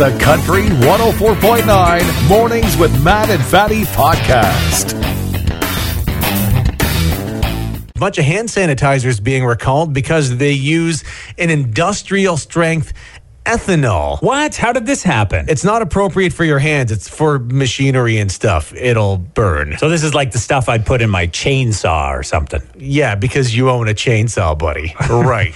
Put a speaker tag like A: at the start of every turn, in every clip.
A: the Country 104.9 Mornings with Matt and Fatty podcast.
B: bunch of hand sanitizers being recalled because they use an industrial strength ethanol.
C: What? How did this happen?
B: It's not appropriate for your hands. It's for machinery and stuff. It'll burn.
C: so this is like the stuff I'd put in my chainsaw or something.
B: Yeah, because you own a chainsaw, buddy. Right.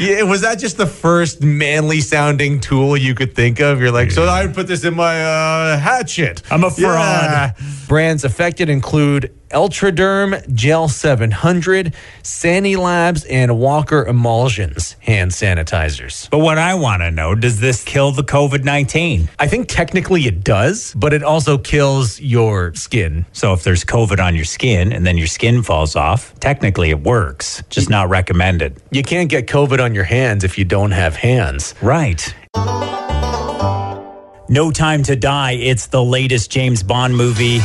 B: yeah, was that just the first manly sounding tool you could think of? You're like, so I would put this in my uh, hatchet.
C: I'm a fraud.
B: Brands affected include Eltraderm, Gel 700, Sani Labs, and Walker Emulsions hand sanitizers.
C: But what I want to know, does this kill the COVID-19?
B: I think technically it does, but it also kills your skin.
C: So if there's COVID on your skin and then your skin falls off, technically it works, just not recommended.
B: You can't get COVID on your hands if you don't have hands.
C: Right. No Time to Die. It's the latest James Bond movie.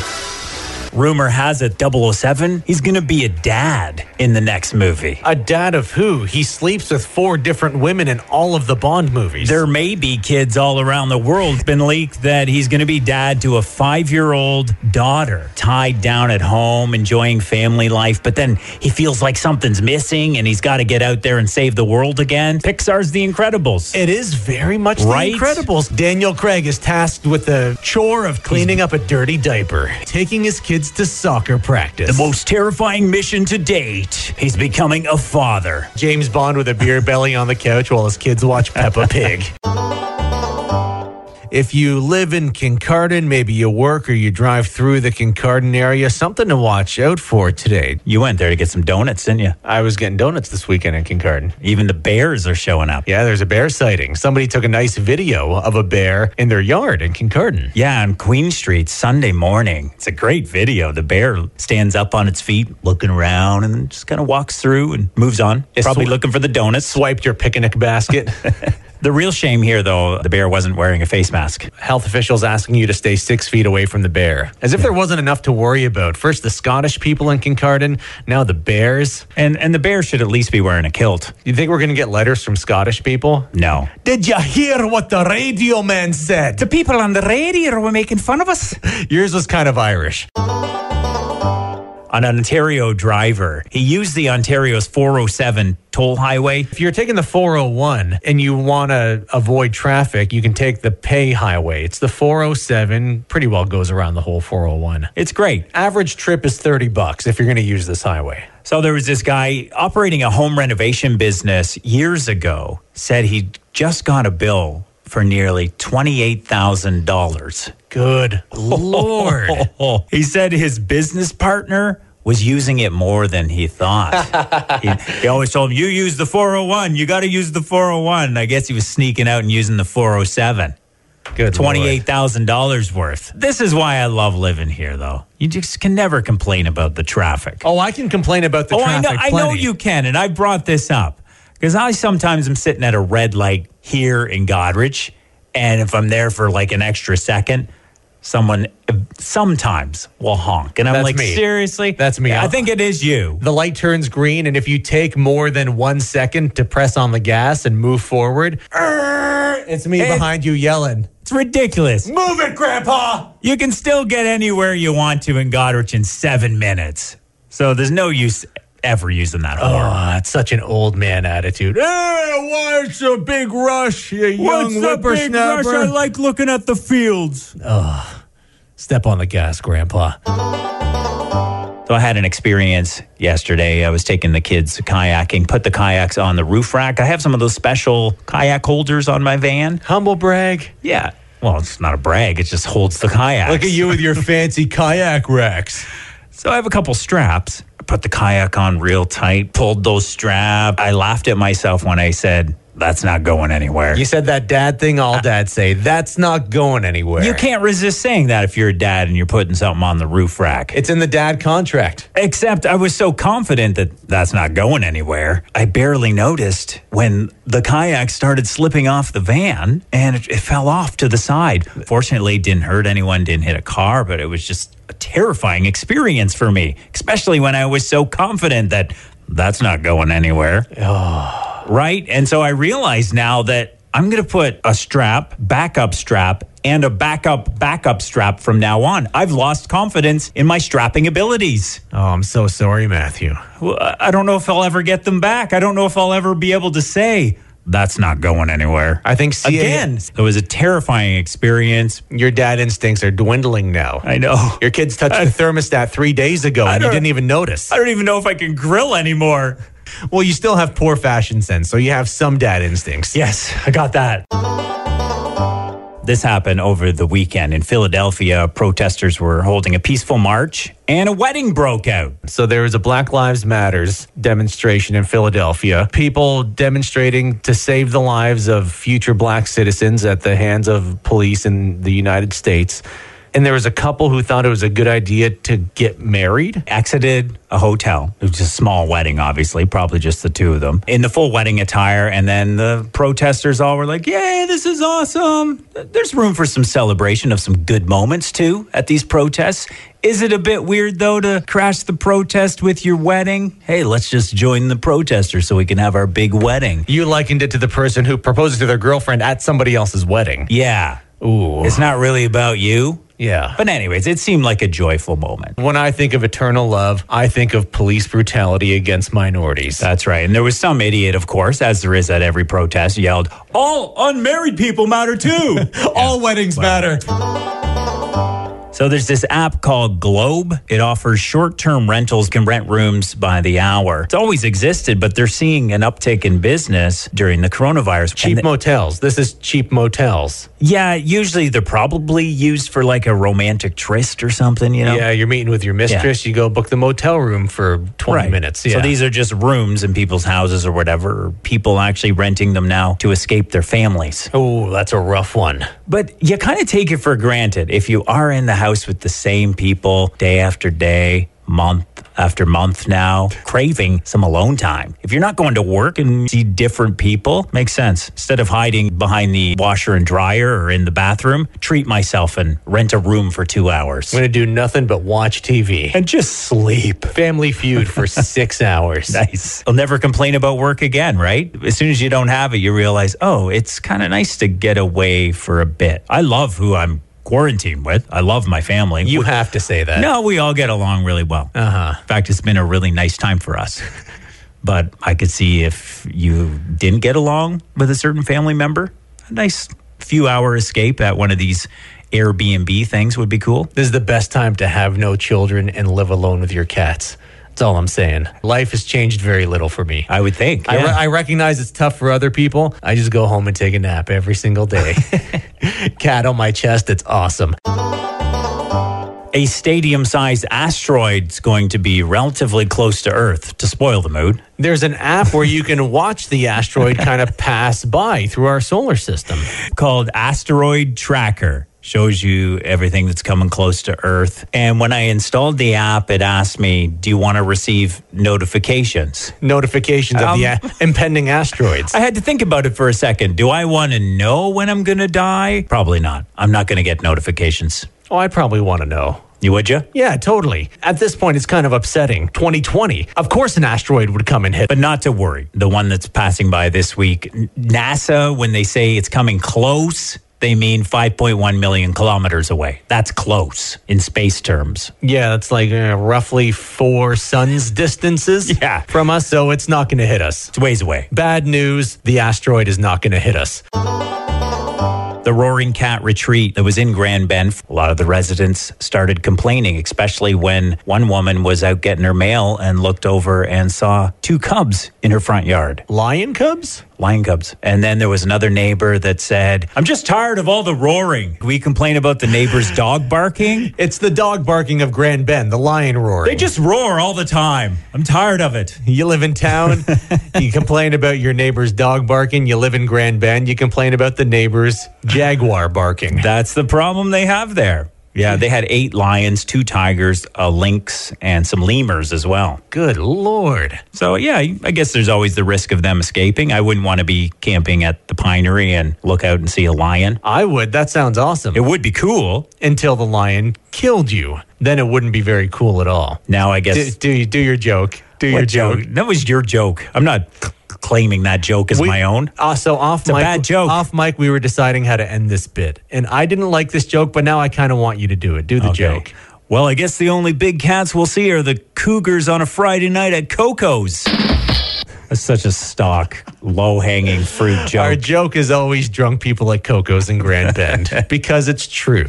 C: Rumor has it 007, he's going to be a dad in the next movie.
B: A dad of who? He sleeps with four different women in all of the Bond movies.
C: There may be kids all around the world. It's been leaked that he's going to be dad to a five year old daughter tied down at home, enjoying family life. But then he feels like something's missing and he's got to get out there and save the world again. Pixar's The Incredibles.
B: it is very much
C: Right?
B: The Incredibles. Daniel Craig is tasked with the chore of cleaning up a dirty diaper, taking his kids to soccer practice.
C: the most terrifying mission to date. He's becoming a father.
B: James Bond with a beer belly on the couch while his kids watch Peppa Pig. If you live in Kincardine, maybe you work or you drive through the Kincardine area, something to watch out for today.
C: You went there to get some donuts, didn't you?
B: I was getting donuts this weekend in Kincardine.
C: Even the bears are showing up.
B: Yeah, there's a bear sighting. Somebody took a nice video of a bear in their yard in Kincardine.
C: Yeah, on Queen Street Sunday morning. It's a great video. The bear stands up on its feet, looking around, and just kind of walks through and moves on.
B: It's
C: probably
B: sw-
C: looking for the donuts.
B: Swiped your picnic basket.
C: The real shame here, though, the bear wasn't wearing a face mask.
B: Health officials asking you to stay six feet away from the bear. As if there wasn't enough to worry about. First, the Scottish people in Kincardine, now the bears.
C: And and the bear should at least be wearing a kilt.
B: You think we're going to get letters from Scottish people?
C: No.
B: Did you hear what the radio man said?
C: people on the radio were making fun of us.
B: Yours was kind of Irish.
C: An Ontario driver. He used the Ontario's 407 toll highway.
B: If you're taking the 401 and you want to avoid traffic, you can take the pay highway. It's the 407, pretty well goes around the whole 401.
C: It's great.
B: Average trip is 30 bucks if you're going to use this highway.
C: So there was this guy operating a home renovation business years ago, said he just got a bill for nearly $28,000.
B: Good lord.
C: Oh, he said his business partner was using it more than he thought. he, he always told him, You use the 401, you got to use the 401. I guess he was sneaking out and using the 407.
B: Good lord.
C: $28,000 worth. This is why I love living here, though. You just can never complain about the traffic
B: Oh, I can complain about the
C: oh, I
B: traffic.
C: know, I know
B: plenty.
C: you can, and I brought this up because I sometimes am sitting at a red light here in Godrich, and if I'm there for like an extra second, someone sometimes will honk, and I'm
B: That's
C: like,
B: me.
C: seriously,
B: That's me.
C: I think it is you.
B: The light turns green, and if you take more than one second to press on the gas and move forward, "Arr!" it's me
C: It's-
B: behind you yelling,
C: It's ridiculous.
B: Move it, Grandpa!
C: You can still get anywhere you want to in Godrich in seven minutes, so there's no use ever using that horn.
B: Oh, that's such an old man attitude. Hey, what's a big rush, you young whippersnapper?
C: I like looking at the fields.
B: Step on the gas, Grandpa.
C: So I had an experience yesterday. I was taking the kids kayaking, put the kayaks on the roof rack. I have some of those special kayak holders on my van.
B: Humble brag.
C: Yeah. Well, it's not a brag. It just holds the kayak.
B: Look at you with your fancy kayak racks.
C: So I have a couple straps. I put the kayak on real tight, pulled those straps. I laughed at myself when I said, that's not going anywhere.
B: You
C: You,
B: said that dad thing all dads say. That's not going anywhere.
C: can't resist saying that if you're a dad and you're putting something on the roof rack.
B: It's in the dad contract.
C: Except I was so confident that that's not going anywhere. I barely noticed when the kayak started slipping off the van and it, it fell off to the side. Fortunately, it didn't hurt anyone, didn't hit a car, but it was just a terrifying experience for me, especially when I was so confident that that's not going anywhere. Right? And so I realize now that I'm going to put a strap, backup strap, and a backup, backup strap from now on. I've lost confidence in my strapping abilities.
B: Oh, I'm so sorry, Matthew.
C: Well, I I don't know if I'll ever get them back. I don't know if I'll ever be able to say, that's not going anywhere.
B: I think CA
C: Again, it was a terrifying experience.
B: your dad instincts are dwindling now.
C: I know.
B: Your kids touched the thermostat three days ago and you
C: don't-
B: didn't even notice.
C: I don't even know if I can grill anymore.
B: Well, you still have poor fashion sense, so you have some dad instincts.
C: Yes, I got that. This happened over the weekend in Philadelphia. Protesters were holding a peaceful march and a wedding broke out.
B: So there was a Black Lives Matters demonstration in Philadelphia. People demonstrating to save the lives of future black citizens at the hands of police in the United States. And there was a couple who thought it was a good idea to get married.
C: Exited a hotel. It was a small wedding, obviously, probably just the two of them in the full wedding attire. And then the protesters all were like, Yay, this is awesome. There's room for some celebration of some good moments too at these protests. Is it a bit weird though to crash the protest with your wedding? Hey, let's just join the protesters so we can have our big wedding.
B: You likened it to the person who proposes to their girlfriend at somebody else's wedding.
C: Yeah.
B: Ooh.
C: It's not really about you.
B: Yeah.
C: But, anyways, it seemed like a joyful moment.
B: When I think of eternal love, I think of police brutality against minorities.
C: That's right. And there was some idiot, of course, as there is at every protest, yelled, All unmarried people matter too.
B: All weddings matter.
C: so, there's this app called Globe. It offers short term rentals, can rent rooms by the hour. It's always existed, but they're seeing an uptick in business during the coronavirus.
B: Cheap
C: And th-
B: motels. This is cheap motels.
C: yeah, usually they're probably used for like a romantic tryst or something, you know?
B: Yeah, you're meeting with your mistress. You go book the motel room for 20 minutes. Yeah.
C: So these are just rooms in people's houses or whatever. or People actually renting them now to escape their families.
B: oh, that's a rough one.
C: But you kind of take it for granted if you are in the house with the same people day after day, month after month now, craving some alone time. If you're not going to work and see different people, makes sense. Instead of hiding behind the washer and dryer or in the bathroom, treat myself and rent a room for two hours
B: I'm going to do nothing but watch TV.
C: and just sleep.
B: Family feud for six hours.
C: Nice. I'll never complain about work again, right? As soon as you don't have it, you realize, oh, it's kind of nice to get away for a bit. I love who I'm quarantined with. I love my family.
B: You have to say that.
C: no, we all get along really well. Uh-huh. In fact, it's been a really nice time for us. but I could see if you didn't get along with a certain family member, a nice few hour escape at one of these Airbnb things would be cool.
B: This is the best time to have no children and live alone with your cats. That's all I'm saying. Life has changed very little for me.
C: I would think.
B: I, re-
C: yeah.
B: I recognize it's tough for other people. I just go home and take a nap every single day. Cat on my chest. It's awesome.
C: A stadium sized asteroid's going to be relatively close to Earth to spoil the mood.
B: There's an app where you can watch the asteroid kind of pass by through our solar system.
C: Called Asteroid Tracker. Shows you everything that's coming close to Earth. And when I installed the app, it asked me, Do you want to receive notifications?
B: Notifications of
C: Um.
B: the a- impending asteroids.
C: I had to think about it for a second. Do I want to know when I'm going to die? Probably not. I'm not going to get notifications.
B: Oh, I probably want to know.
C: You would you?
B: Yeah, totally. At this point, it's kind of upsetting. 2020. Of course, an asteroid would come and hit.
C: But not to worry. The one that's passing by this week, N- NASA, when they say it's coming close, they mean 5.1 million kilometers away. That's close in space terms.
B: Yeah, that's like uh, roughly four sun's distances
C: Yeah.
B: from us, so it's not going to hit us.
C: It's ways away.
B: Bad news the asteroid is not going to hit us.
C: The Roaring Cat retreat that was in Grand Bend, a lot of the residents started complaining, especially when one woman was out getting her mail and looked over and saw two cubs in her front yard.
B: Lion cubs?
C: lion cubs. And then there was another neighbor that said, I'm just tired of all the roaring. We complain about the neighbor's dog barking.
B: It's the dog barking of Grand Bend, the lion roaring.
C: They just roar all the time. I'm tired of it.
B: you live in town, you complain about your neighbor's dog barking. You live in Grand Bend, you complain about the neighbor's jaguar barking.
C: That's the problem they have there. Yeah, they had eight lions, two tigers, a lynx, and some lemurs as well.
B: Good lord.
C: So, yeah, I guess there's always the risk of them escaping. I wouldn't want to be camping at the pinery and look out and see a lion.
B: I would. That sounds awesome.
C: It would be cool.
B: Until the lion killed you. Then it wouldn't be very cool at all.
C: Now, I guess.
B: Do, do, do your joke. Do your
C: What
B: joke.
C: That was your joke. I'm not c- c- claiming that joke as
B: We-
C: my own.
B: Uh, so off
C: a
B: mic,
C: bad joke.
B: Off mic, we were deciding how to end this bit, and I didn't like this joke, but now I kind of want you to do it. Do the joke.
C: Well, I guess the only big cats we'll see are the Cougars on a Friday night at Coco's. That's such a stock, low hanging fruit joke.
B: Our joke is always drunk people like Coco's in Grand Bend because it's true.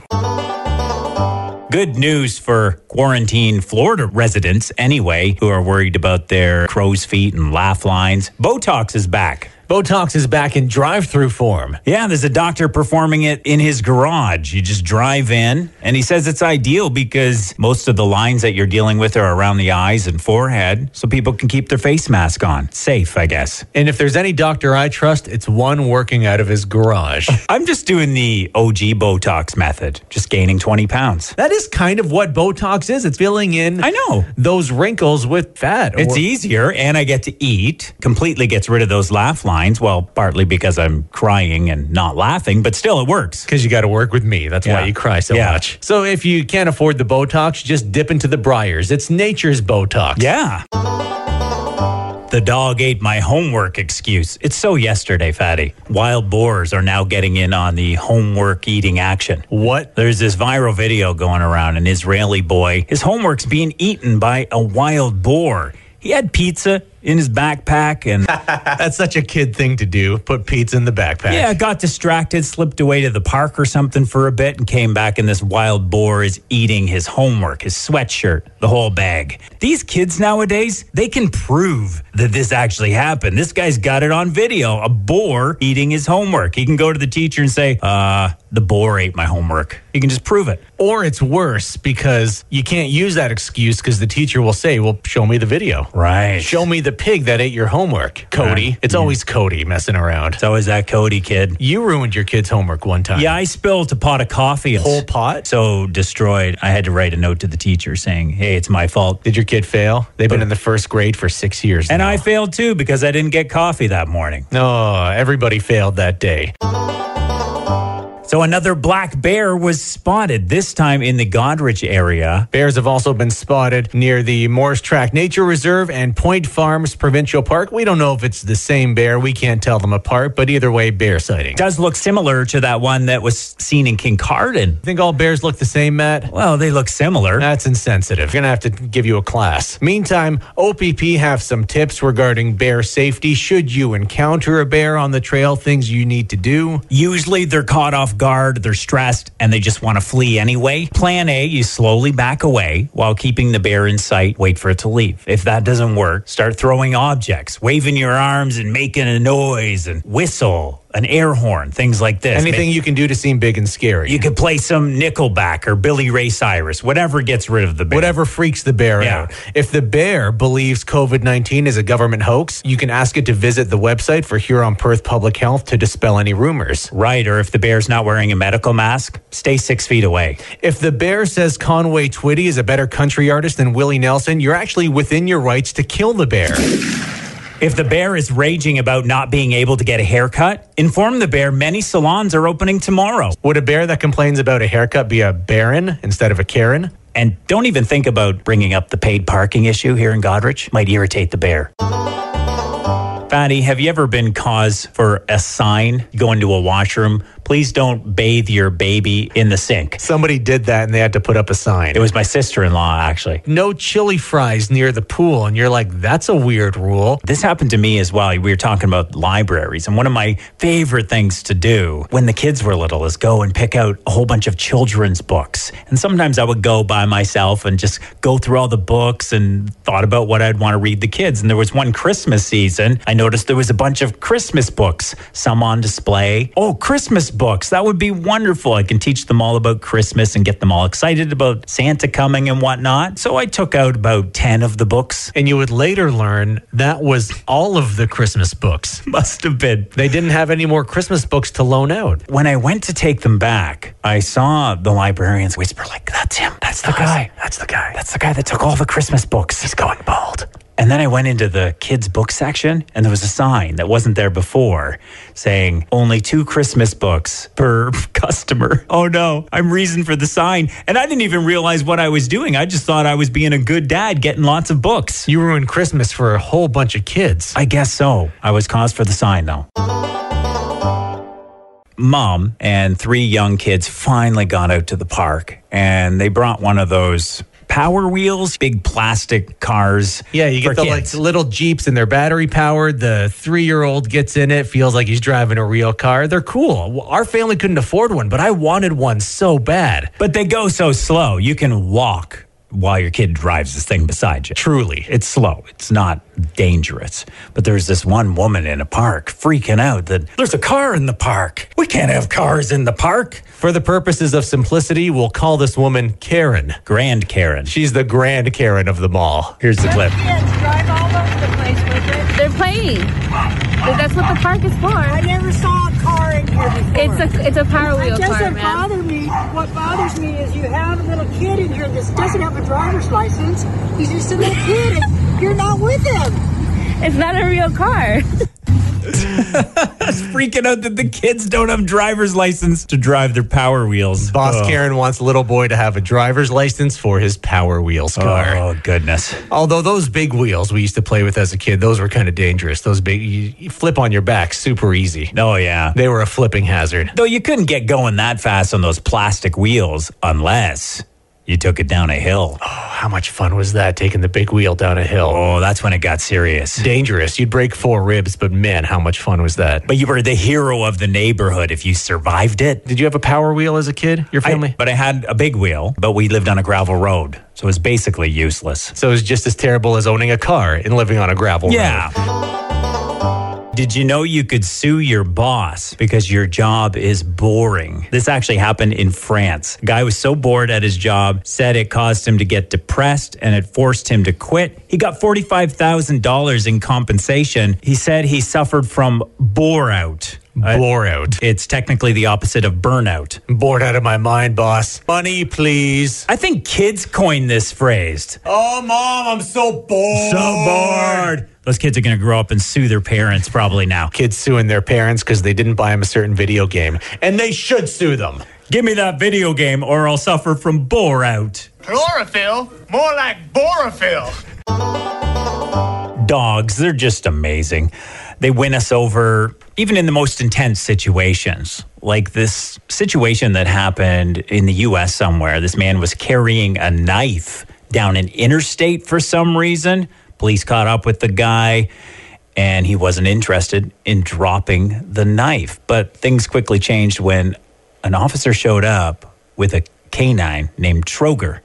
C: Good news for quarantine Florida residents, anyway, who are worried about their crow's feet and laugh lines. Botox is back.
B: Botox is back in drive-through form.
C: Yeah, there's a doctor performing it in his garage. You just drive in, and he says it's ideal because most of the lines that you're dealing with are around the eyes and forehead, so people can keep their face mask on. Safe, I guess.
B: And if there's any doctor I trust, it's one working out of his garage.
C: I'm just doing the OG Botox method, just gaining 20 pounds.
B: that is kind of what Botox is. It's filling in
C: I know.
B: those wrinkles with fat.
C: It's
B: or-
C: easier, and I get to eat. Completely gets rid of those laugh lines. Well, partly because I'm crying and not laughing, but still, it works.
B: because you got to work with me. That's why
C: Yeah.
B: you cry so
C: Yeah.
B: much. So if you can't afford the Botox, just dip into the briars. It's nature's Botox.
C: Yeah. The dog ate my homework excuse. It's so yesterday, Fatty. Wild boars are now getting in on the homework eating action.
B: What?
C: There's this viral video going around an Israeli boy. His homework's being eaten by a wild boar. He had pizza in his backpack and
B: That's such a kid thing to do. Put pizza in the backpack.
C: yeah, got distracted, slipped away to the park or something for a bit and came back and this wild boar is eating his homework, his sweatshirt, the whole bag. These kids nowadays, they can prove that this actually happened. This guy's got it on video, a boar eating his homework. He can go to the teacher and say, "Uh, the boar ate my homework." He can just prove it.
B: Or it's worse because you can't use that excuse because the teacher will say, well, show me the video.
C: Right.
B: Show me the pig that ate your homework, Cody.
C: Uh, Yeah.
B: It's always Cody messing around.
C: So is that Cody kid?
B: You ruined your kid's homework one time.
C: Yeah, I spilled a pot of coffee.
B: Whole pot?
C: So destroyed. I had to write a note to the teacher saying, "Hey, it's my fault."
B: Did your kid fail? They've been in the first grade for six years.
C: Uh, And
B: now.
C: I failed too because I didn't get coffee that morning.
B: No, everybody failed that day.
C: So another black bear was spotted, this time in the Godrich area.
B: Bears have also been spotted near the Morris Track Nature Reserve and Point Farms Provincial Park. We don't know if it's the same bear. We can't tell them apart, but either way, bear sighting. I
C: Does look similar to that one that was seen in Kincardine.
B: think all bears look the same, Matt.
C: Well, they look similar.
B: That's insensitive. Gonna have to give you a class. Meantime, OPP have some tips regarding bear safety. Should you encounter a bear on the trail, things you need to do.
C: Usually they're caught off guard, they're stressed, and they just want to flee anyway. Plan A, you slowly back away while keeping the bear in sight, wait for it to leave. If that doesn't work, start throwing objects, waving your arms and making a noise and whistle, an air horn, things like this.
B: Anything you can do to seem big and scary.
C: You could play some Nickelback or Billy Ray Cyrus, whatever gets rid of the bear.
B: whatever freaks the bear
C: Yeah.
B: out. If the bear believes COVID 19 is a government hoax, you can ask it to visit the website for Huron Perth Public Health to dispel any rumors.
C: Right, or if the bear's not wearing a medical mask, stay six feet away.
B: If the bear says Conway Twitty is a better country artist than Willie Nelson, you're actually within your rights to kill the bear.
C: If the bear is raging about not being able to get a haircut, inform the bear many salons are opening tomorrow.
B: Would a bear that complains about a haircut be a Baron instead of a Karen?
C: And don't even think about bringing up the paid parking issue here in Godrich. Might irritate the bear. Fatty, have you ever been cause for a sign going to a washroom? Please don't bathe your baby in the sink.
B: Somebody did that and they had to put up a sign.
C: It was my sister in law, actually.
B: no chili fries near the pool. And you're like, that's a weird rule.
C: This happened to me as well. We were talking about libraries, and one of my favorite things to do when the kids were little is go and pick out a whole bunch of children's books. And sometimes I would go by myself and just go through all the books and thought about what I'd want to read the kids. And there was one Christmas season, I noticed there was a bunch of Christmas books, some on display. Oh, Christmas books. That would be wonderful. I can teach them all about Christmas and get them all excited about Santa coming and whatnot. So I took out about 10 of the books.
B: And you would later learn that was all of the Christmas books.
C: Must have been
B: They didn't have any more Christmas books to loan out.
C: when I went to take them back, I saw the librarians whisper, like, that's him. That's the guy. That's the guy. That's the guy that took all the Christmas books. He's going bald. And then I went into the kids' book section, and there was a sign that wasn't there before saying only two Christmas books per customer. Oh no, I'm reason for the sign. And I didn't even realize what I was doing. I just thought I was being a good dad getting lots of books.
B: You ruined Christmas for a whole bunch of kids.
C: I guess so. I was cause for the sign, though. Mom and three young kids finally got out to the park, and they brought one of those power wheels, big plastic cars.
B: Yeah, you
C: for
B: get the like,
C: kids.
B: little Jeeps and they're battery powered. The three year old gets in it, feels like he's driving a real car. They're cool. Our family couldn't afford one, but I wanted one so bad.
C: But they go so slow. You can walk while your kid drives this thing beside you.
B: Truly.
C: It's slow. It's not dangerous. But there's this one woman in a park freaking out that there's a car in the park. We can't have cars in the park.
B: For the purposes of simplicity, we'll call this woman Karen.
C: Grand Karen.
B: She's the grand Karen of them all.
C: Here's the clip.
D: Kids drive all over the place with it.
E: They're playing. That- That's what the park is
D: I
E: for.
D: never saw a car in here before.
E: It's a it's a power
D: It
E: wheel car,
D: doesn't
E: man.
D: bother me. What bothers me is you have a little kid in here that doesn't have a driver's license. He's just a little kid, and you're not with him.
E: It's not a real car.
C: Freaking out that the kids don't have driver's license to drive their power wheels. Oh.
B: Boss
C: Ugh.
B: Karen wants little boy to have a driver's license for his Power Wheels car.
C: Oh goodness.
B: Although those big wheels we used to play with as a kid, those were kind of dangerous. Those big, you, you flip on your back super easy.
C: Oh yeah.
B: They were a flipping hazard.
C: Though you couldn't get going that fast on those plastic wheels unless you took it down a hill.
B: How much fun was that taking the big wheel down a hill?
C: Oh, that's when it got serious.
B: Dangerous. You'd break four ribs, but man, how much fun was that?
C: But you were the hero of the neighborhood if you survived it.
B: Did you have a power wheel as a kid? Your
C: I-
B: family?
C: but I had a big wheel, but we lived on a gravel road, so it was basically useless.
B: so it was just as terrible as owning a car and living on a gravel road.
C: Yeah. Did you know you could sue your boss because your job is boring? This actually happened in France. Guy was so bored at his job, said it caused him to get depressed and it forced him to quit. He got $45,000 in compensation. He said he suffered from bore out. Uh,
B: Bore out.
C: It's technically the opposite of burnout.
B: Bored out of my mind, boss. Money, please.
C: I think kids coined this phrase. Oh.
B: Oh, mom, I'm so bored.
C: Those kids are going to grow up and sue their parents probably now.
B: Kids suing their parents because they didn't buy them a certain video game, and they should sue them.
C: Give me that video game or I'll suffer from bore out.
F: Chlorophyll? More like borophyll.
C: Dogs, they're just amazing. They win us over even in the most intense situations. Like this situation that happened in the US somewhere. This man was carrying a knife down an interstate for some reason. Police caught up with the guy. and he wasn't interested in dropping the knife. But things quickly changed when an officer showed up with a canine named Troger.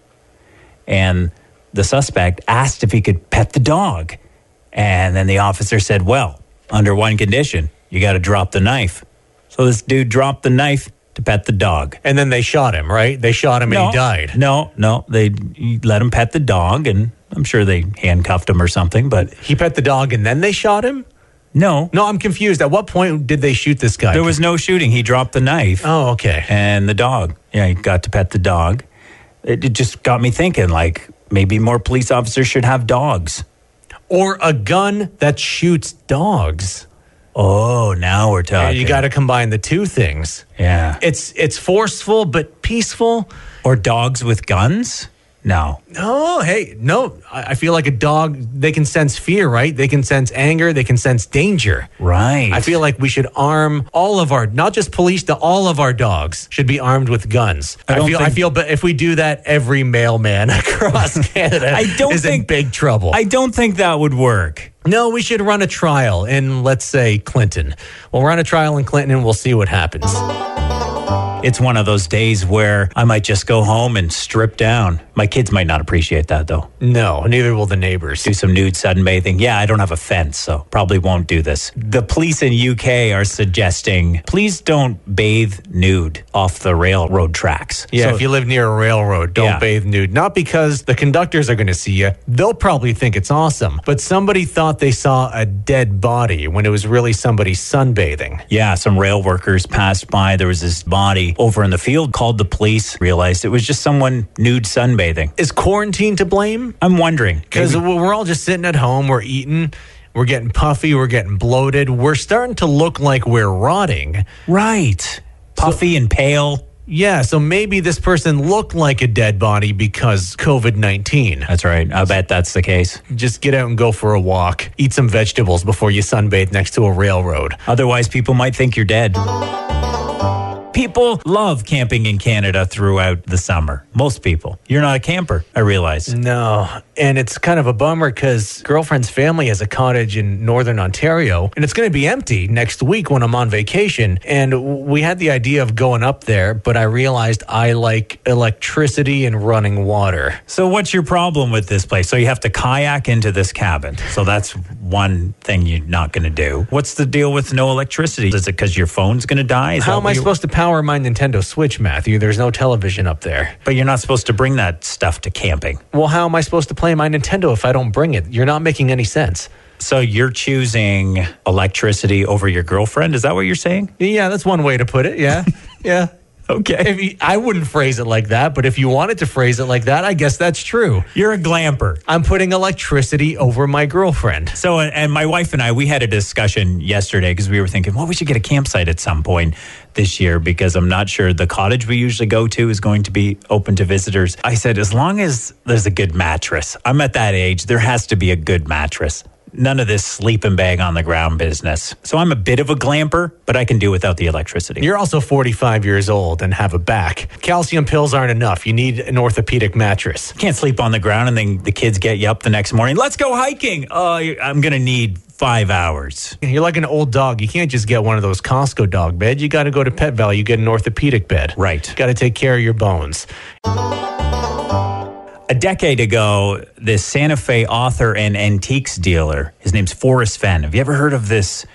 C: And the suspect asked if he could pet the dog. And then the officer said, Well, under one condition, you got to drop the knife. So this dude dropped the knife to pet the dog.
B: And then they shot him, right? They shot him and he died.
C: No, no. They let him pet the dog, and I'm sure they handcuffed him or something, but
B: He pet the dog and then they shot him?
C: no.
B: No, I'm confused. At what point did they shoot this guy?
C: There was no shooting. He dropped the knife.
B: Oh, okay.
C: and the dog. Yeah, I got to pet the dog. It, it just got me thinking, like maybe more police officers should have dogs.
B: Or a gun that shoots dogs.
C: Oh, now we're
B: Yeah,
C: talking.
B: You got to combine the two things.
C: yeah.
B: It's it's forceful but peaceful.
C: Or dogs with guns? No.
B: No, Oh, hey, no. I I feel like a dog. They can sense fear, right? They can sense anger. They can sense danger.
C: Right.
B: I feel like we should arm all of our, not just police, to all of our dogs should be armed with guns. I,
C: don't
B: feel, I
C: think-
B: feel, but if we do that, every mailman across Canada
C: I don't
B: is in
C: think-
B: big trouble.
C: I don't think that would work.
B: no, we should run a trial in, let's say, Clinton. We'll run a trial in Clinton and we'll see what happens.
C: It's one of those days where I might just go home and strip down. My kids might not appreciate that though.
B: No, neither will the neighbors.
C: do some nude sunbathing. Yeah, I don't have a fence, so probably won't do this. The police in UK are suggesting please don't bathe nude off the railroad tracks.
B: Yeah,
C: So-
B: if you live near a railroad, don't
C: Yeah.
B: bathe nude. Not because the conductors are going to see you. They'll probably think it's awesome. But somebody thought they saw a dead body when it was really somebody sunbathing.
C: yeah, some rail workers passed by. There was this body somebody over in the field, called the police, realized it was just someone nude sunbathing.
B: Is quarantine to blame?
C: I'm wondering.
B: Because we're all just sitting at home, we're eating, we're getting puffy, we're getting bloated, we're starting to look like we're rotting.
C: Right. Puffy and pale.
B: Yeah, so maybe this person looked like a dead body because COVID 19.
C: That's right. I bet that's the case.
B: Just get out and go for a walk, eat some vegetables before you sunbathe next to a railroad.
C: Otherwise, people might think you're dead. People love camping in Canada throughout the summer. Most people. You're not a camper, I realize.
B: No, and it's kind of a bummer because girlfriend's family has a cottage in northern Ontario, and it's going to be empty next week when I'm on vacation. And we had the idea of going up there, but I realized I like electricity and running water.
C: So, what's your problem with this place? So, you have to kayak into this cabin. So, that's one thing you're not going to do. What's the deal with no electricity? Is it because your phone's going to die? Is that
B: How am I
C: what you-
B: supposed to power my Nintendo Switch, Matthew? There's no television up there.
C: But you're not supposed to bring that stuff to camping.
B: Well, how am I supposed to play my Nintendo if I don't bring it? You're not making any sense.
C: So, you're choosing electricity over your girlfriend? Is that what you're saying?
B: Yeah, that's one way to put it. Yeah. yeah.
C: Okay.
B: If you, I wouldn't phrase it like that, but if you wanted to phrase it like that, I guess that's true.
C: You're a glamper.
B: I'm putting electricity over my girlfriend.
C: So, uh, and my wife and I, we had a discussion yesterday because we were thinking, well, we should get a campsite at some point this year because I'm not sure the cottage we usually go to is going to be open to visitors. I said, as long as there's a good mattress, I'm at that age, there has to be a good mattress. None of this sleeping bag on the ground business. So I'm a bit of a glamper, but I can do without the electricity.
B: You're also 45 years old and have a back. Calcium pills aren't enough. You need an orthopedic mattress.
C: can't sleep on the ground and then the kids get you up the next morning. Let's go hiking. Oh, I'm going to need five hours.
B: You're like an old dog. You can't just get one of those Costco dog beds. You got to go to Pet Value, get an orthopedic bed.
C: Right.
B: Got to take care of your bones.
C: A decade ago, this Santa Fe author and antiques dealer, his name's Forrest Fenn. Have you ever heard of this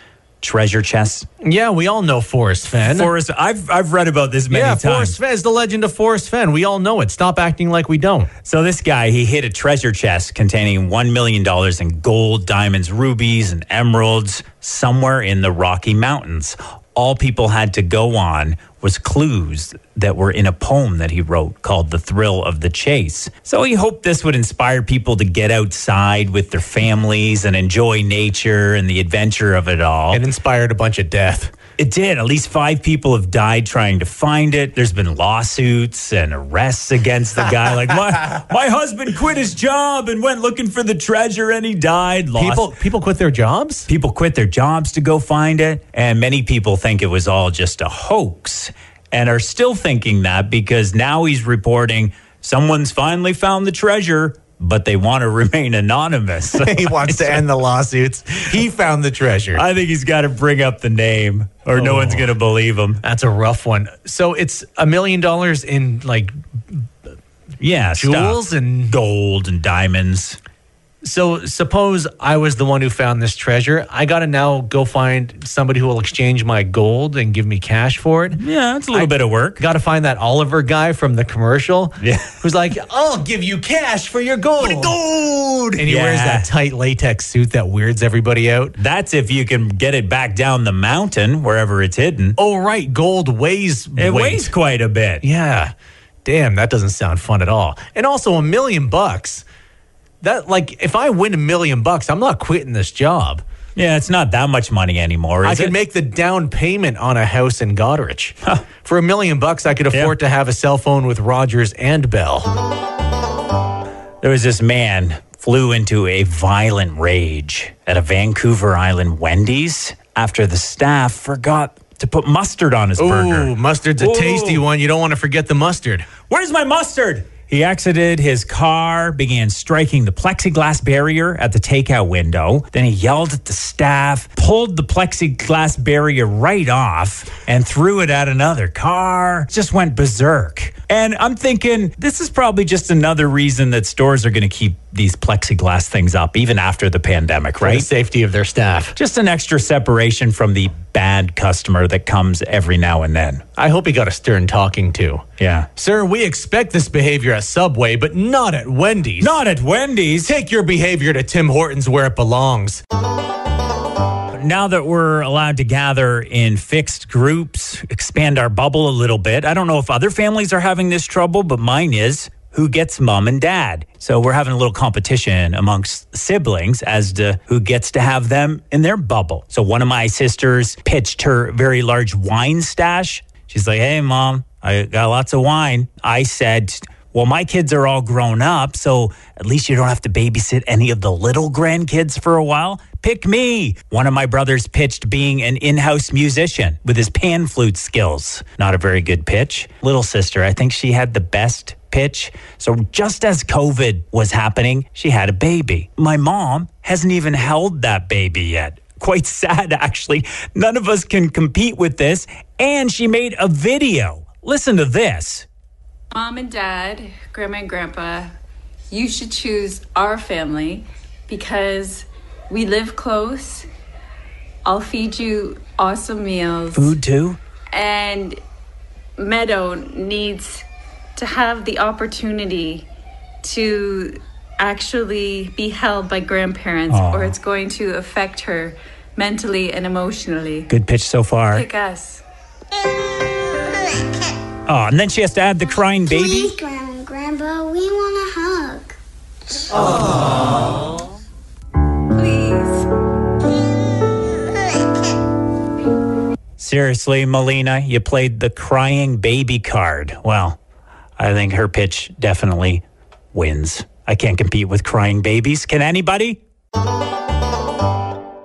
C: treasure chest?
B: Yeah, we all know Forrest Fenn.
C: Forrest, I've, I've read about this many
B: yeah,
C: times.
B: Forrest Fenn is the legend of Forrest Fenn. We all know it. Stop acting like we don't.
C: So this guy, he hid a treasure chest containing $1 million in gold, diamonds, rubies, and emeralds somewhere in the Rocky Mountains. All people had to go on was clues that were in a poem that he wrote called The Thrill of the Chase. So he hoped this would inspire people to get outside with their families and enjoy nature and the adventure of it all.
B: It inspired a bunch of death.
C: It did. At least five people have died trying to find it. There's been lawsuits and arrests against the guy. like my my husband quit his job and went looking for the treasure, and he died. Lost.
B: People, people quit their jobs?
C: people quit their jobs to go find it, and many people think it was all just a hoax, and are still thinking that because now he's reporting someone's finally found the treasure, but they want to remain anonymous.
B: he wants to end the lawsuits. He found the treasure.
C: I think he's got to bring up the name, or no
B: Oh.
C: one's going to believe him.
B: That's a rough one. So it's a million dollars in like
C: Yeah,
B: jewels
C: stuff.
B: and
C: gold and diamonds.
B: so suppose I was the one who found this treasure. I got to now go find somebody who will exchange my gold and give me cash for it.
C: Yeah, it's a little
B: I-
C: bit of work.
B: Got to find that Oliver guy from the commercial.
C: Yeah.
B: Who's like, "I'll give you cash for your gold."
C: Gold.
B: And he wears that tight latex suit that weirds everybody out.
C: That's if you can get it back down the mountain wherever it's hidden.
B: Oh right, gold weighs
C: It
B: weight.
C: weighs quite a bit.
B: Yeah. Damn, that doesn't sound fun at all. And also a million bucks. That like if I win a million bucks, I'm not quitting this job.
C: Yeah, it's not that much money anymore.
B: I
C: Is
B: could
C: it?
B: make the down payment on a house in Goderich. For a million bucks, I could afford to have a cell phone with Rogers and Bell.
C: there was this man flew into a violent rage at a Vancouver Island Wendy's after the staff forgot to put mustard on his burger.
B: Ooh, mustard's a tasty
C: Ooh.
B: one. You don't want to forget the mustard.
C: Where's my mustard? He exited his car, began striking the plexiglass barrier at the takeout window. Then he yelled at the staff, pulled the plexiglass barrier right off, and threw it at another car. Just went berserk. And I'm thinking, this is probably just another reason that stores are going to keep these plexiglass things up, even after the pandemic,
B: For the
C: right?
B: safety of their staff.
C: Just an extra separation from the bad customer that comes every now and then.
B: I hope he got a stern talking to.
C: Yeah.
B: Sir, we expect this behavior at Subway, but not at Wendy's.
C: Not at Wendy's.
B: Take your behavior to Tim Hortons where it belongs.
C: now that we're allowed to gather in fixed groups, expand our bubble a little bit. I don't know if other families are having this trouble, but mine is who gets mom and dad. So we're having a little competition amongst siblings as to who gets to have them in their bubble. So one of my sisters pitched her very large wine stash. She's like, "Hey mom, I got lots of wine." I said, well, my kids are all grown up, so at least you don't have to babysit any of the little grandkids for a while. Pick me. One of my brothers pitched being an in house musician with his pan flute skills. Not a very good pitch. Little sister, I think she had the best pitch. So just as COVID was happening, she had a baby. My mom hasn't even held that baby yet quite sad actually. None of us can compete with this. And she made a video. Listen to this.
G: Mom and Dad, Grandma and Grandpa, you should choose our family because we live close. I'll feed you awesome meals.
C: Food too?
G: And Meadow needs to have the opportunity to actually be held by grandparents, or it's going to affect her mentally and emotionally.
C: Good pitch so far.
G: Pick us.
C: Oh, and then she has to add the crying baby.
H: Please, Grandma, and Grandpa, we want a hug.
G: Please.
C: Seriously, Melina, you played the crying baby card. Well, I think her pitch definitely wins. I can't compete with crying babies. Can anybody?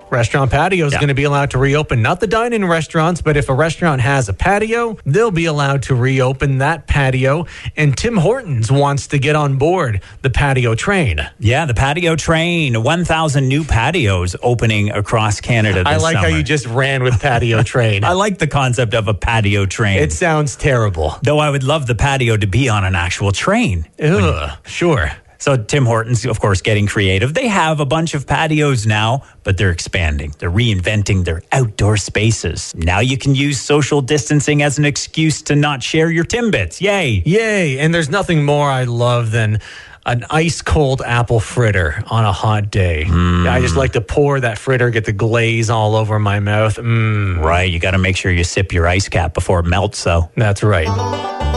B: Restaurant patio is
C: Yeah.
B: going to be allowed to reopen, not the dine in restaurants, but if a restaurant has a patio, they'll be allowed to reopen that patio. And Tim Hortons wants to get on board the patio train.
C: Yeah, the patio train. 1,000 new patios opening across Canada this
B: I like how
C: summer.
B: you just ran with patio train.
C: I like the concept of a patio train.
B: it sounds terrible.
C: Though I would love the patio to be on an actual train.
B: Ugh, sure.
C: So Tim Hortons, of course, getting creative. They have a bunch of patios now, but they're expanding. They're reinventing their outdoor spaces. Now you can use social distancing as an excuse to not share your Timbits. Yay.
B: Yay. And there's nothing more I love than an ice cold apple fritter on a hot day.
C: Mm.
B: I just like to pour that fritter, get the glaze all over my mouth. Mmm,
C: Right. You got to make sure you sip your ice cap before it melts, though.
B: that's right.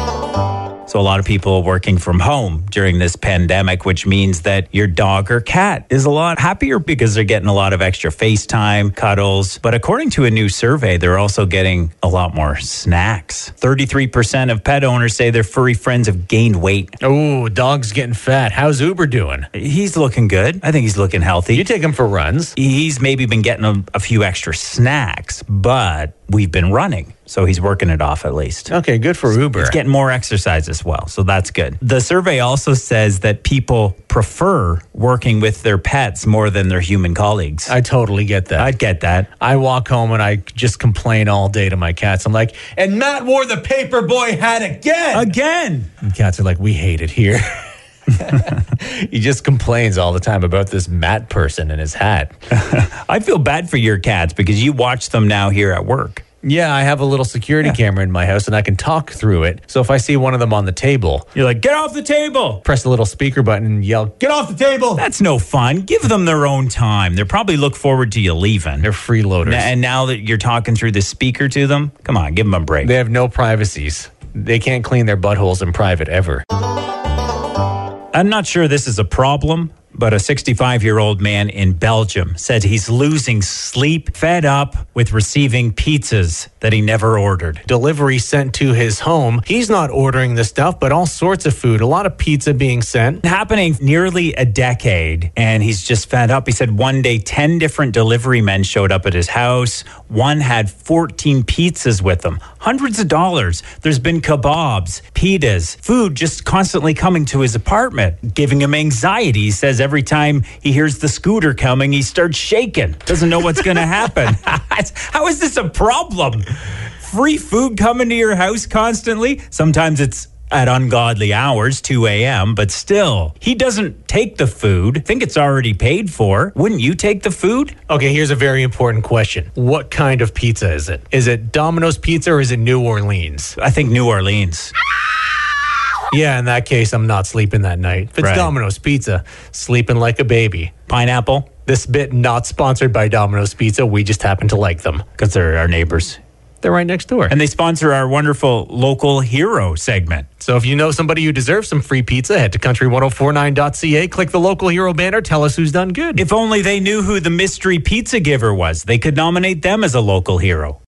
C: So a lot of people are working from home during this pandemic, which means that your dog or cat is a lot happier because they're getting a lot of extra FaceTime, cuddles. But according to a new survey, they're also getting a lot more snacks. 33% of pet owners say their furry friends have gained weight.
B: Oh, dog's getting fat. How's Uber doing?
C: He's looking good. I think he's looking healthy.
B: You take him for runs.
C: he's maybe been getting a, a few extra snacks, but we've been running. So he's working it off at least.
B: Okay, good for Uber.
C: It's getting more exercise as well. So that's good. The survey also says that people prefer working with their pets more than their human colleagues. I,
B: I totally get that.
C: would get that.
B: I walk home and I just complain all day to my cats. I'm like, and Matt wore the paperboy hat again.
C: Again.
B: And cats are like, we hate it here. he just complains all the time about this Matt person and his hat.
C: I feel bad for your cats because you watch them now here at work.
B: Yeah, I have a little security camera in my house and I can talk through it. So if I see one of them on the table,
C: You're like, get off the table.
B: press the little speaker button and yell, get off the table.
C: That's no fun. Give them their own time. They probably look forward to you leaving.
B: They're freeloaders.
C: and now that you're talking through the speaker to them, come on, give them a break.
B: They have no privacies. They can't clean their buttholes in private ever.
C: I'm not sure this is a problem, but a 65 year old man in Belgium said he's losing sleep, fed up with receiving pizzas that he never ordered.
B: Delivery sent to his home. He's not ordering the stuff, but all sorts of food. A lot of pizza being sent.
C: Happening nearly a decade, and he's just fed up. He said one day 10 different delivery men showed up at his house. One had 14 pizzas with them, hundreds of dollars. There's been kebabs, pitas, food just constantly coming to his apartment, giving him anxiety. He says every time he hears the scooter coming, he starts shaking, doesn't know what's going to happen. How is this a problem? Free food coming to your house constantly? Sometimes it's at ungodly hours, 2 a.m., but still, he doesn't take the food. I think it's already paid for. Wouldn't you take the food?
B: Okay, here's a very important question. What kind of pizza is it? Is it Domino's pizza or is it New Orleans?
C: I think New Orleans.
B: Yeah, in that case, I'm not sleeping that night. If it's
C: Right.
B: Domino's pizza, sleeping like a baby.
C: Pineapple?
B: This bit not sponsored by Domino's Pizza. We just happen to like them.
C: because they're our neighbors.
B: They're right next door.
C: And they sponsor our wonderful local hero segment.
B: So if you know somebody who deserves some free pizza, head to country1049.ca, click the local hero banner, tell us who's done good.
C: If only they knew who the mystery pizza giver was, they could nominate them as a local hero.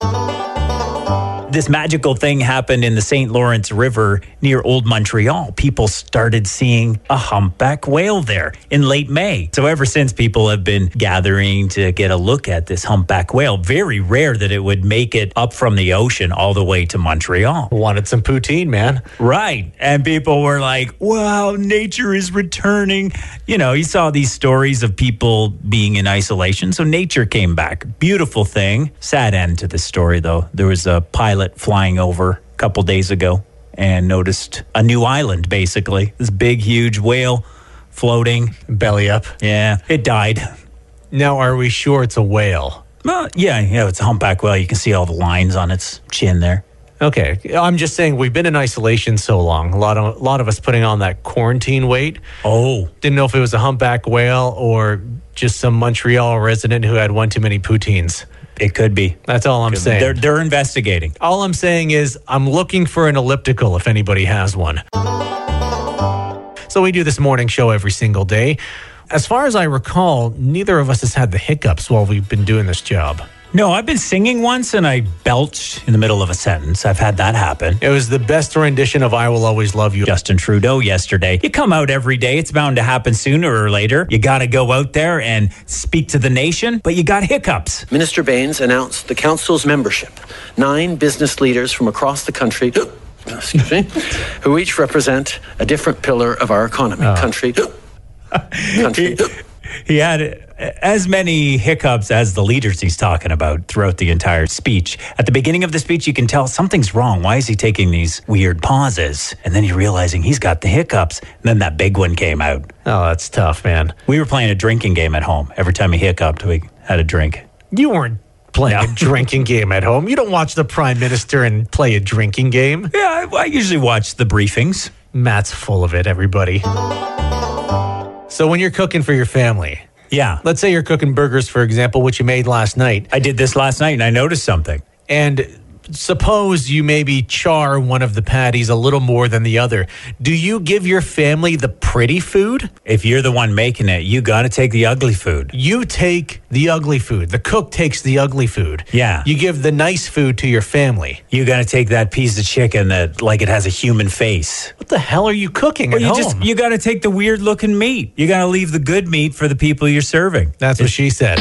C: This magical thing happened in the St. Lawrence River near Old Montreal. People started seeing a humpback whale there in late May. So, ever since, people have been gathering to get a look at this humpback whale. Very rare that it would make it up from the ocean all the way to Montreal.
B: Wanted some poutine, man.
C: Right. And people were like, wow, nature is returning. You know, you saw these stories of people being in isolation. So nature came back. Beautiful thing. Sad end to this story, though. There was a pilot flying over a couple days ago and noticed a new island, basically. This big, huge whale floating.
B: Belly up.
C: Yeah, it died.
B: Now, are we sure it's a whale?
C: Well, yeah, you know, it's a humpback whale. You can see all the lines on its chin there.
B: Okay, I'm just saying we've been in isolation so long. A lot of a lot of us putting on that quarantine weight.
C: Oh,
B: Didn't know if it was a humpback whale or just some Montreal resident who had one too many poutines.
C: it could be.
B: That's all I'm saying.
C: They're, they're investigating.
B: All I'm saying is I'm looking for an elliptical if anybody has one. So we do this morning show every single day. As far as I recall, neither of us has had the hiccups while we've been doing this job.
C: No, I've been singing once and I belched in the middle of a sentence. I've had that happen.
B: It was the best rendition of I Will Always Love You.
C: Justin Trudeau yesterday. You come out every day. It's bound to happen sooner or later. You got to go out there and speak to the nation, but you got hiccups.
I: Minister Baines announced the council's membership. Nine business leaders from across the country, excuse me, who each represent a different pillar of our economy. Country, country.
C: He had as many hiccups as the leaders he's talking about throughout the entire speech. At the beginning of the speech, you can tell something's wrong. Why is he taking these weird pauses? And then you're realizing he's got the hiccups. And then that big one came out.
B: Oh, that's tough, man.
C: We were playing a drinking game at home. Every time he hiccuped, we had a drink.
B: You weren't playing
C: No.
B: a drinking game at home. You don't watch the prime minister and play a drinking game.
C: Yeah, I, I usually watch the briefings.
B: Matt's full of it, everybody. So when you're cooking for your family,
C: Yeah.
B: let's say you're cooking burgers, for example, which you made last night.
C: I did this last night and I noticed something.
B: and suppose you maybe char one of the patties a little more than the other do you give your family the pretty food
C: If you're the one making it, you got to take the ugly food.
B: you take the ugly food the cook takes the ugly food
C: Yeah.
B: you give the nice food to your family
C: You got to take that piece of chicken that, like, it has a human face.
B: what the hell are you cooking at
C: you
B: home
C: just, you got to take the weird looking meat. You got to leave the good meat for the people you're serving.
B: that's what she said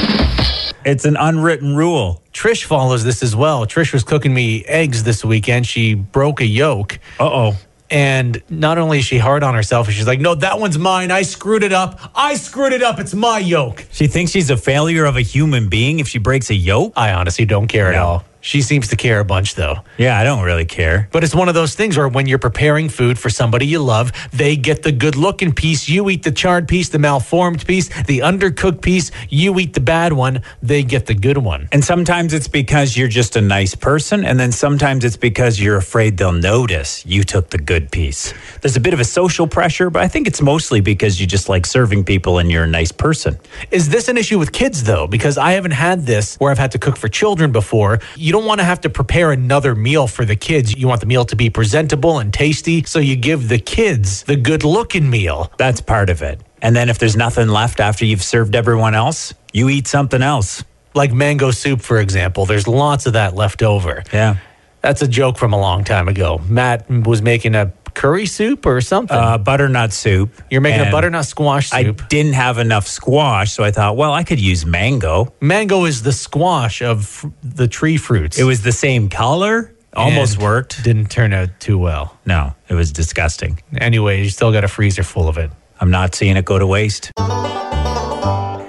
C: It's an unwritten rule.
B: trish follows this as well trish was cooking me eggs this weekend she broke a yolk
C: Uh oh.
B: and not only is she hard on herself she's like no that one's mine i screwed it up i screwed it up it's my yolk
C: She thinks she's a failure of a human being if she breaks a yolk?
B: I honestly don't care at
C: No.
B: all. She seems to care a bunch though.
C: Yeah, I don't really care.
B: But it's one of those things where when you're preparing food for somebody you love, they get the good looking piece, you eat the charred piece, the malformed piece, the undercooked piece, you eat the bad one, they get the good one.
C: And sometimes it's because you're just a nice person. And then sometimes it's because you're afraid they'll notice you took the good piece. There's a bit of a social pressure, but I think it's mostly because you just like serving people and you're a nice person.
B: Is this an issue with kids though? Because I haven't had this where I've had to cook for children before. You don't want to have to prepare another meal for the kids. You want the meal to be presentable and tasty, so you give the kids the good looking meal.
C: That's part of it. And then if there's nothing left after you've served everyone else, you eat something else.
B: Like mango soup, for example, there's lots of that left over.
C: Yeah.
B: That's a joke from a long time ago. Matt was making a curry soup or something.
C: Uh, butternut soup.
B: You're making a
C: And
B: butternut squash
C: I
B: soup.
C: didn't have enough squash, so I thought, well, I could use mango.
B: Mango is the squash of fr- the tree fruits.
C: It was the same color, almost
B: And
C: worked.
B: Didn't turn out too well.
C: No, it was disgusting.
B: Anyway, you still got a freezer full of it.
C: I'm not seeing it go to waste.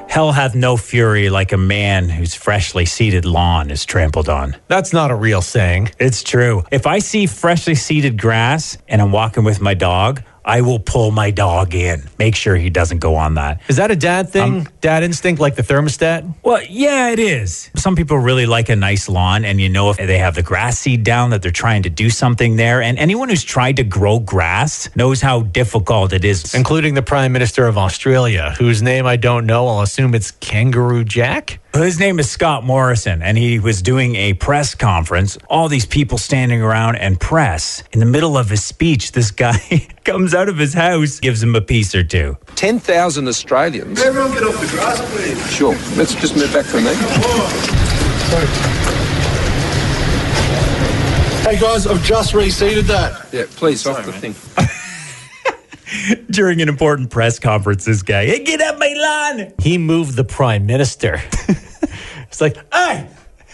C: Hell hath no fury like a man whose freshly seeded lawn is trampled on.
B: That's not a real saying.
C: It's true. If I see freshly seeded grass and I'm walking with my dog, I will pull my dog in. Make sure he doesn't go on that.
B: Is that a dad thing? dad instinct, like the thermostat?
C: Well, yeah, it is. Some people really like a nice lawn, and you know if they have the grass seed down that they're trying to do something there. And anyone who's tried to grow grass knows how difficult it is.
B: Including the Prime Minister of Australia, whose name I don't know. I'll assume it's Kangaroo Jack.
C: His name is Scott Morrison, and he was doing a press conference. All these people standing around and press. In the middle of his speech, this guy comes out of his house, gives him a piece or two.
I: 10,000 Australians.
A: Everyone get off the grass, please.
I: Sure, let's just move back from there.
A: Hey guys, I've just reseated that.
I: Yeah, please, off the thing.
C: During an important press conference, this guy, hey, get up my lawn.
B: He moved the Prime Minister. it's like,
C: hey,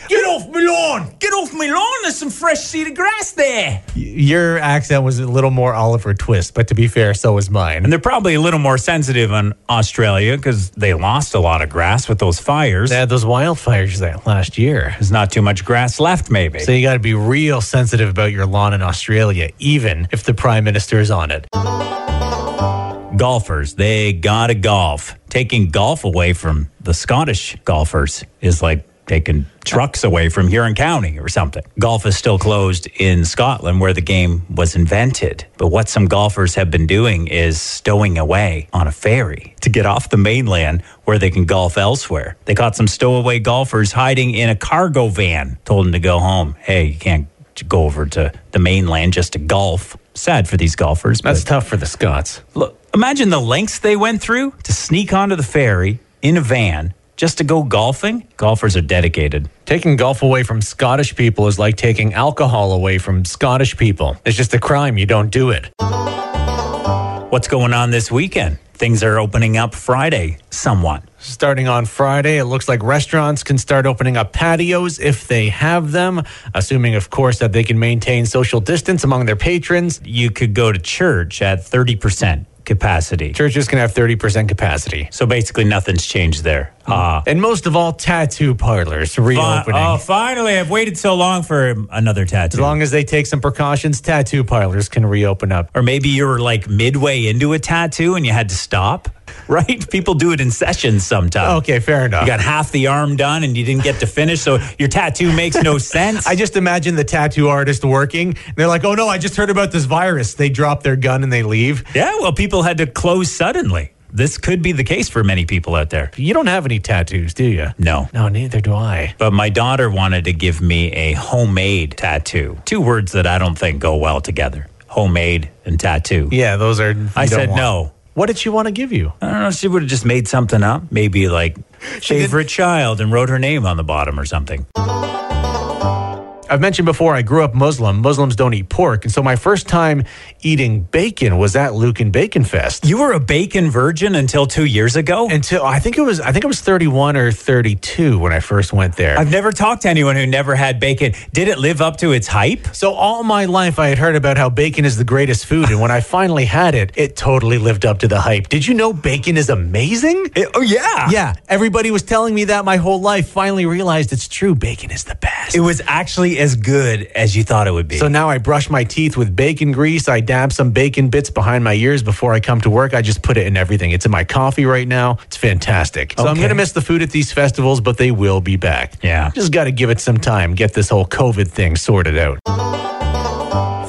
C: get off my lawn. Get off my lawn. There's some fresh seed of grass there.
B: your accent was a little more Oliver Twist, but to be fair, so was mine.
C: And they're probably a little more sensitive in Australia because they lost a lot of grass with those fires.
B: They had those wildfires that last year.
C: There's not too much grass left, maybe.
B: So you got to be real sensitive about your lawn in Australia, even if the prime minister is on it.
C: golfers, they gotta golf. Taking golf away from the Scottish golfers is like taking trucks away from Huron County or something. Golf is still closed in Scotland where the game was invented. But what some golfers have been doing is stowing away on a ferry to get off the mainland where they can golf elsewhere. They caught some stowaway golfers hiding in a cargo van, told them to go home. Hey, you can't go over to the mainland just to golf. Sad for these golfers.
B: That's
C: but-
B: tough for the Scots.
C: Look, imagine the lengths they went through to sneak onto the ferry in a van just to go golfing. Golfers are dedicated.
B: Taking golf away from Scottish people is like taking alcohol away from Scottish people. It's just a crime. You don't do it.
C: What's going on this weekend? Things are opening up Friday somewhat.
B: Starting on Friday, it looks like restaurants can start opening up patios if they have them, assuming, of course, that they can maintain social distance among their patrons.
C: You could go to church at 30% capacity.
B: Churches can have 30% capacity.
C: So basically, nothing's changed there.
B: Hmm.
C: Uh,
B: And most of all, tattoo parlors reopening.
C: oh, finally, I've waited so long for another tattoo.
B: As long as they take some precautions, tattoo parlors can reopen up.
C: or maybe you were like midway into a tattoo and you had to stop, right? People do it in sessions sometimes.
B: Okay, fair enough.
C: You got half the arm done and you didn't get to finish, so your tattoo makes no sense.
B: I just imagine the tattoo artist working. And they're like, oh no, I just heard about this virus. They drop their gun and they leave.
C: yeah, well, people had to close suddenly. This could be the case for many people out there.
B: You don't have any tattoos, do you?
C: No.
B: No, neither do I.
C: But my daughter wanted to give me a homemade tattoo. Two words that I don't think go well together homemade and tattoo.
B: Yeah, those are.
C: I
B: you don't
C: said
B: want.
C: no.
B: What did she want to give you?
C: I don't know. She would have just made something up, maybe like favorite child, and wrote her name on the bottom or something.
B: I've mentioned before I grew up Muslim. Muslims don't eat pork. And so my first time eating bacon was at Luke and Bacon Fest.
C: You were a bacon virgin until two years ago.
B: Until I think it was I think it was 31 or 32 when I first went there.
C: I've never talked to anyone who never had bacon. Did it live up to its hype?
B: So all my life I had heard about how bacon is the greatest food, and when I finally had it, it totally lived up to the hype. Did you know bacon is amazing?
C: It- oh yeah,
B: yeah, everybody was telling me that my whole life. Finally realized it's true. Bacon is the best.
C: It was actually as good as you thought it would be.
B: so now I brush my teeth with bacon grease. I dab some bacon bits behind my ears before I come to work. I just put it in everything. It's in my coffee right now. It's fantastic. So I'm
C: Okay.
B: going to miss the food at these festivals, but they will be back.
C: Yeah.
B: Just got to give it some time, get this whole COVID thing sorted out.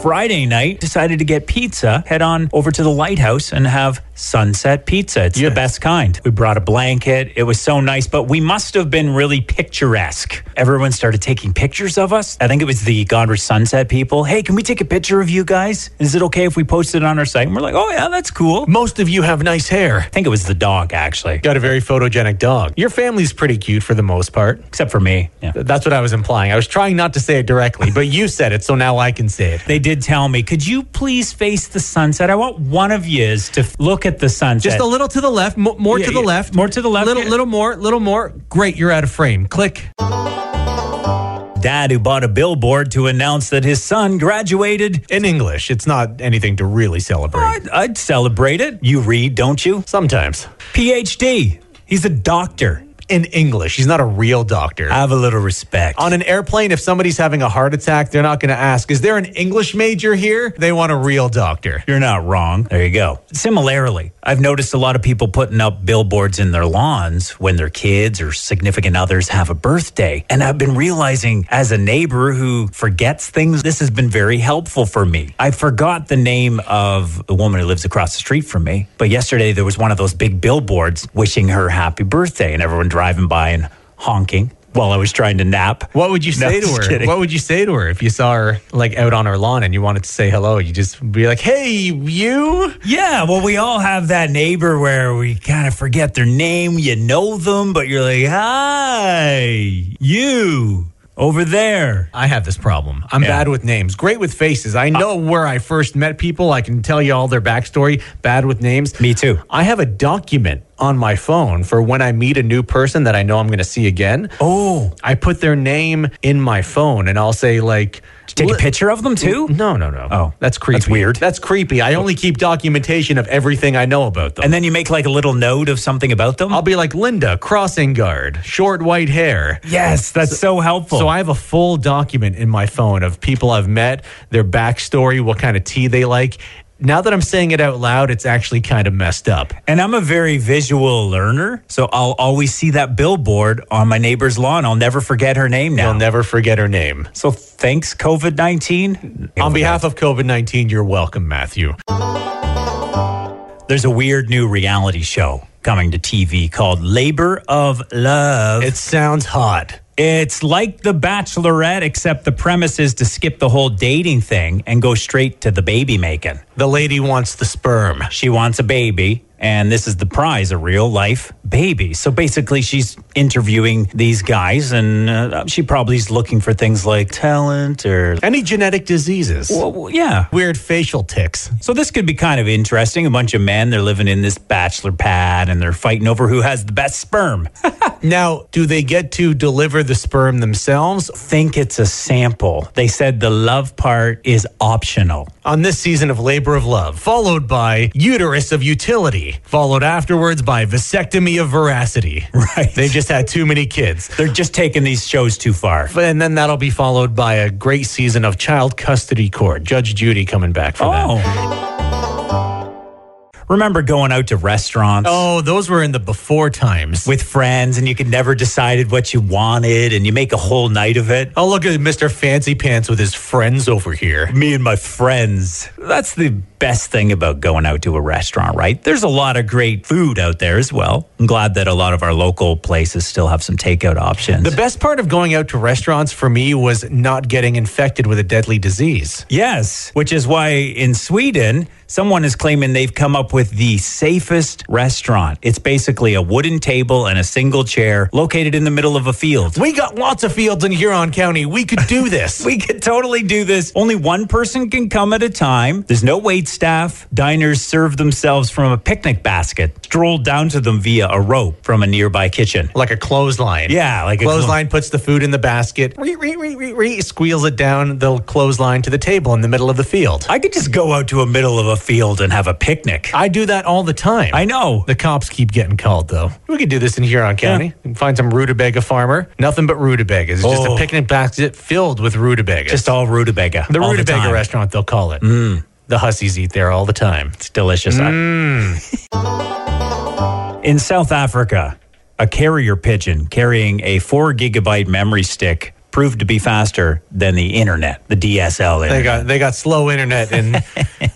C: Friday night, decided to get pizza. Head on over to the lighthouse and have sunset pizza. It's
B: Yeah.
C: the best kind. We brought a blanket. It was so nice, but we must have been really picturesque. Everyone started taking pictures of us. I think it was the Godrich Sunset people. Hey, can we take a picture of you guys? Is it okay if we post it on our site? And we're like, oh yeah, that's cool.
B: Most of you have nice hair.
C: I think it was the dog actually,
B: Got a very photogenic dog. Your family's pretty cute for the most part.
C: except for me. Yeah.
B: That's what I was implying. I was trying not to say it directly, but you said it, so now I can say it.
C: They did tell me, could you please face the sunset? I want one of yous to f- look at the sunset.
B: Just a little to the left, mo- more
C: Yeah,
B: to the
C: yeah.
B: left,
C: More to the left,
B: little,
C: yeah.
B: little more, little more. Great, you're out of frame. Click.
C: Dad who bought a billboard to announce that his son graduated.
B: In English, it's not anything to really celebrate.
C: I'd, I'd celebrate it. You read, don't you?
B: Sometimes.
C: PhD. He's a doctor.
B: in English. He's not a real doctor.
C: I have a little respect.
B: On an airplane, if somebody's having a heart attack, they're not going to ask, is there an English major here? They want a real doctor.
C: You're not wrong. There you go. Similarly, I've noticed a lot of people putting up billboards in their lawns when their kids or significant others have a birthday. And I've been realizing as a neighbor who forgets things, this has been very helpful for me. I forgot the name of the woman who lives across the street from me, but yesterday there was one of those big billboards wishing her happy birthday and everyone driving by and honking while I was trying to nap.
B: What would you
C: No,
B: say to
C: just
B: her?
C: kidding.
B: What would you say to her if you saw her like out on her lawn and you wanted to say hello? You just be like, "Hey, you."
C: Yeah, well, we all have that neighbor where we kind of forget their name. You know them, but you're like, hi, you over there.
B: I have this problem. I'm
C: Yeah.
B: bad with names. Great with faces. I know where I first met people. I can tell you all their backstory. Bad with names.
C: Me too.
B: I have a document on my phone for when I meet a new person that I know I'm going to see again.
C: Oh,
B: I put their name in my phone and I'll say like
C: take a
B: "Li-
C: picture of them too?
B: No, no, no.
C: Oh,
B: that's creepy.
C: that's weird.
B: That's creepy. I only keep documentation of everything I know about them.
C: And then you make like a little note of something about them?
B: I'll be like Linda, crossing guard, short white hair.
C: yes, that's so, helpful.
B: So I have a full document in my phone of people I've met, their backstory, what kind of tea they like. Now that I'm saying it out loud, it's actually kind of messed up.
C: And I'm a very visual learner, so I'll always see that billboard on my neighbor's lawn. I'll never forget her name now.
B: You'll never forget her name.
C: so thanks, COVID 19.
B: On behalf of COVID 19, you're welcome, Matthew.
C: There's a weird new reality show coming to TV called Labor of Love.
B: It sounds hot.
C: It's like The Bachelorette, except the premise is to skip the whole dating thing and go straight to the baby making.
B: The lady wants the sperm.
C: She wants a baby, and this is the prize a real life baby. So basically, she's interviewing these guys, and uh, she probably is looking for things like talent or.
B: Any genetic diseases?
C: Well, well, yeah.
B: Weird facial ticks.
C: So this could be kind of interesting. A bunch of men, they're living in this bachelor pad and they're fighting over who has the best sperm.
B: Now, do they get to deliver the sperm themselves?
C: think it's a sample. They said the love part is optional.
B: on this season of Labor of Love, followed by Uterus of Utility, followed afterwards by Vasectomy of Veracity.
C: Right.
B: They've just had too many kids.
C: They're just taking these shows too far.
B: And then that'll be followed by a great season of Child Custody Court. Judge Judy coming back for that.
C: Oh. Remember going out to restaurants
B: Oh, those were in the before times.
C: with friends and you could never decided what you wanted and you make a whole night of it?
B: oh, look at Mr. Fancy Pants with his friends over here.
C: me and my friends. That's the best thing about going out to a restaurant, right? There's a lot of great food out there as well. I'm glad that a lot of our local places still have some takeout options.
B: The best part of going out to restaurants for me was not getting infected with a deadly disease.
C: yes, which is why in Sweden, someone is claiming they've come up with the safest restaurant. It's basically a wooden table and a single chair located in the middle of a field.
B: We got lots of fields in Huron County. We could do this.
C: We could totally do this. Only one person can come at a time. There's no wait staff. Diners serve themselves from a picnic basket, strolled down to them via a rope from a nearby kitchen.
B: like a clothesline.
C: Yeah, like a
B: clothesline puts the food in the basket, ree, ree, ree, ree, ree, squeals it down the clothesline to the table in the middle of the field. I,
C: I could just go out to a middle of a field and have a picnic.
B: I do that all the time.
C: I know.
B: The cops keep getting called though. We could do this in Huron County. We can Find some rutabaga farmer. Nothing but rutabagas. It's just a
C: Oh.
B: picnic basket filled with rutabagas.
C: Just all rutabaga.
B: the Mm.
C: all
B: rutabaga
C: time.
B: restaurant, they'll call it. The hussies eat there all the time.
C: It's delicious. I- Mm. In South Africa, a carrier pigeon carrying a four gigabyte memory stick proved to be faster than the internet, the DSL.
B: They
C: Internet.
B: got they got slow internet in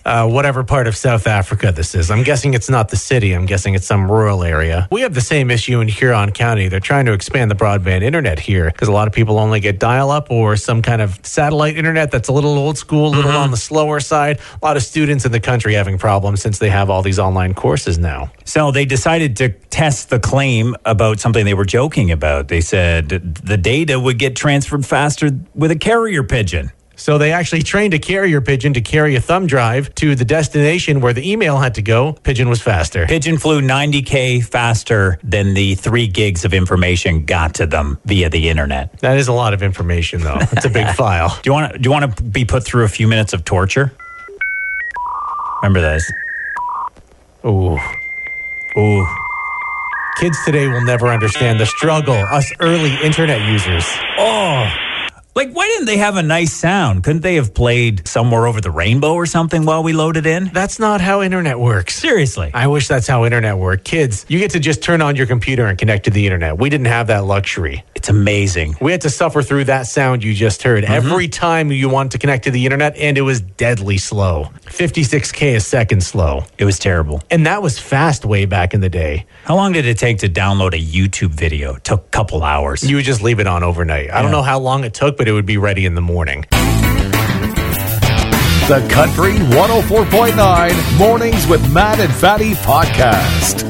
B: uh, whatever part of South Africa this is. I'm guessing it's not the city. I'm guessing it's some rural area. We have the same issue in Huron County. They're trying to expand the broadband internet here because a lot of people only get dial up or some kind of satellite internet that's a little old school, a little on the slower side. A lot of students in the country having problems since they have all these online courses now.
C: So they decided to test the claim about something they were joking about. They said the data would get transferred faster with a carrier pigeon.
B: So they actually trained a carrier pigeon to carry a thumb drive to the destination where the email had to go. Pigeon was faster.
C: Pigeon flew 90K faster than the three gigs of information got to them via the internet.
B: That is a lot of information, though. It's a big file.
C: Do you want to, do you want to be put through a few minutes of torture? Remember those.
B: Ooh.
C: Ooh.
B: Kids today will never understand the struggle, us early internet users.
C: Oh. Like, why didn't they have a nice sound? Couldn't they have played somewhere over the rainbow or something while we loaded in?
B: That's not how internet works.
C: Seriously.
B: I wish that's how internet worked. Kids, you get to just turn on your computer and connect to the internet. We didn't have that luxury.
C: It's amazing.
B: We had to suffer through that sound you just
C: Mm-hmm.
B: heard every time you wanted to connect to the internet, and it was deadly slow 56K a second slow.
C: It was terrible.
B: And that was fast way back in the day.
C: How long did it take to download a YouTube video? It took a couple hours.
B: You would just leave it on overnight. I don't know how long it took, but it would be ready in the morning.
A: oh The Country 104.9 Mornings with Matt and Fatty podcast.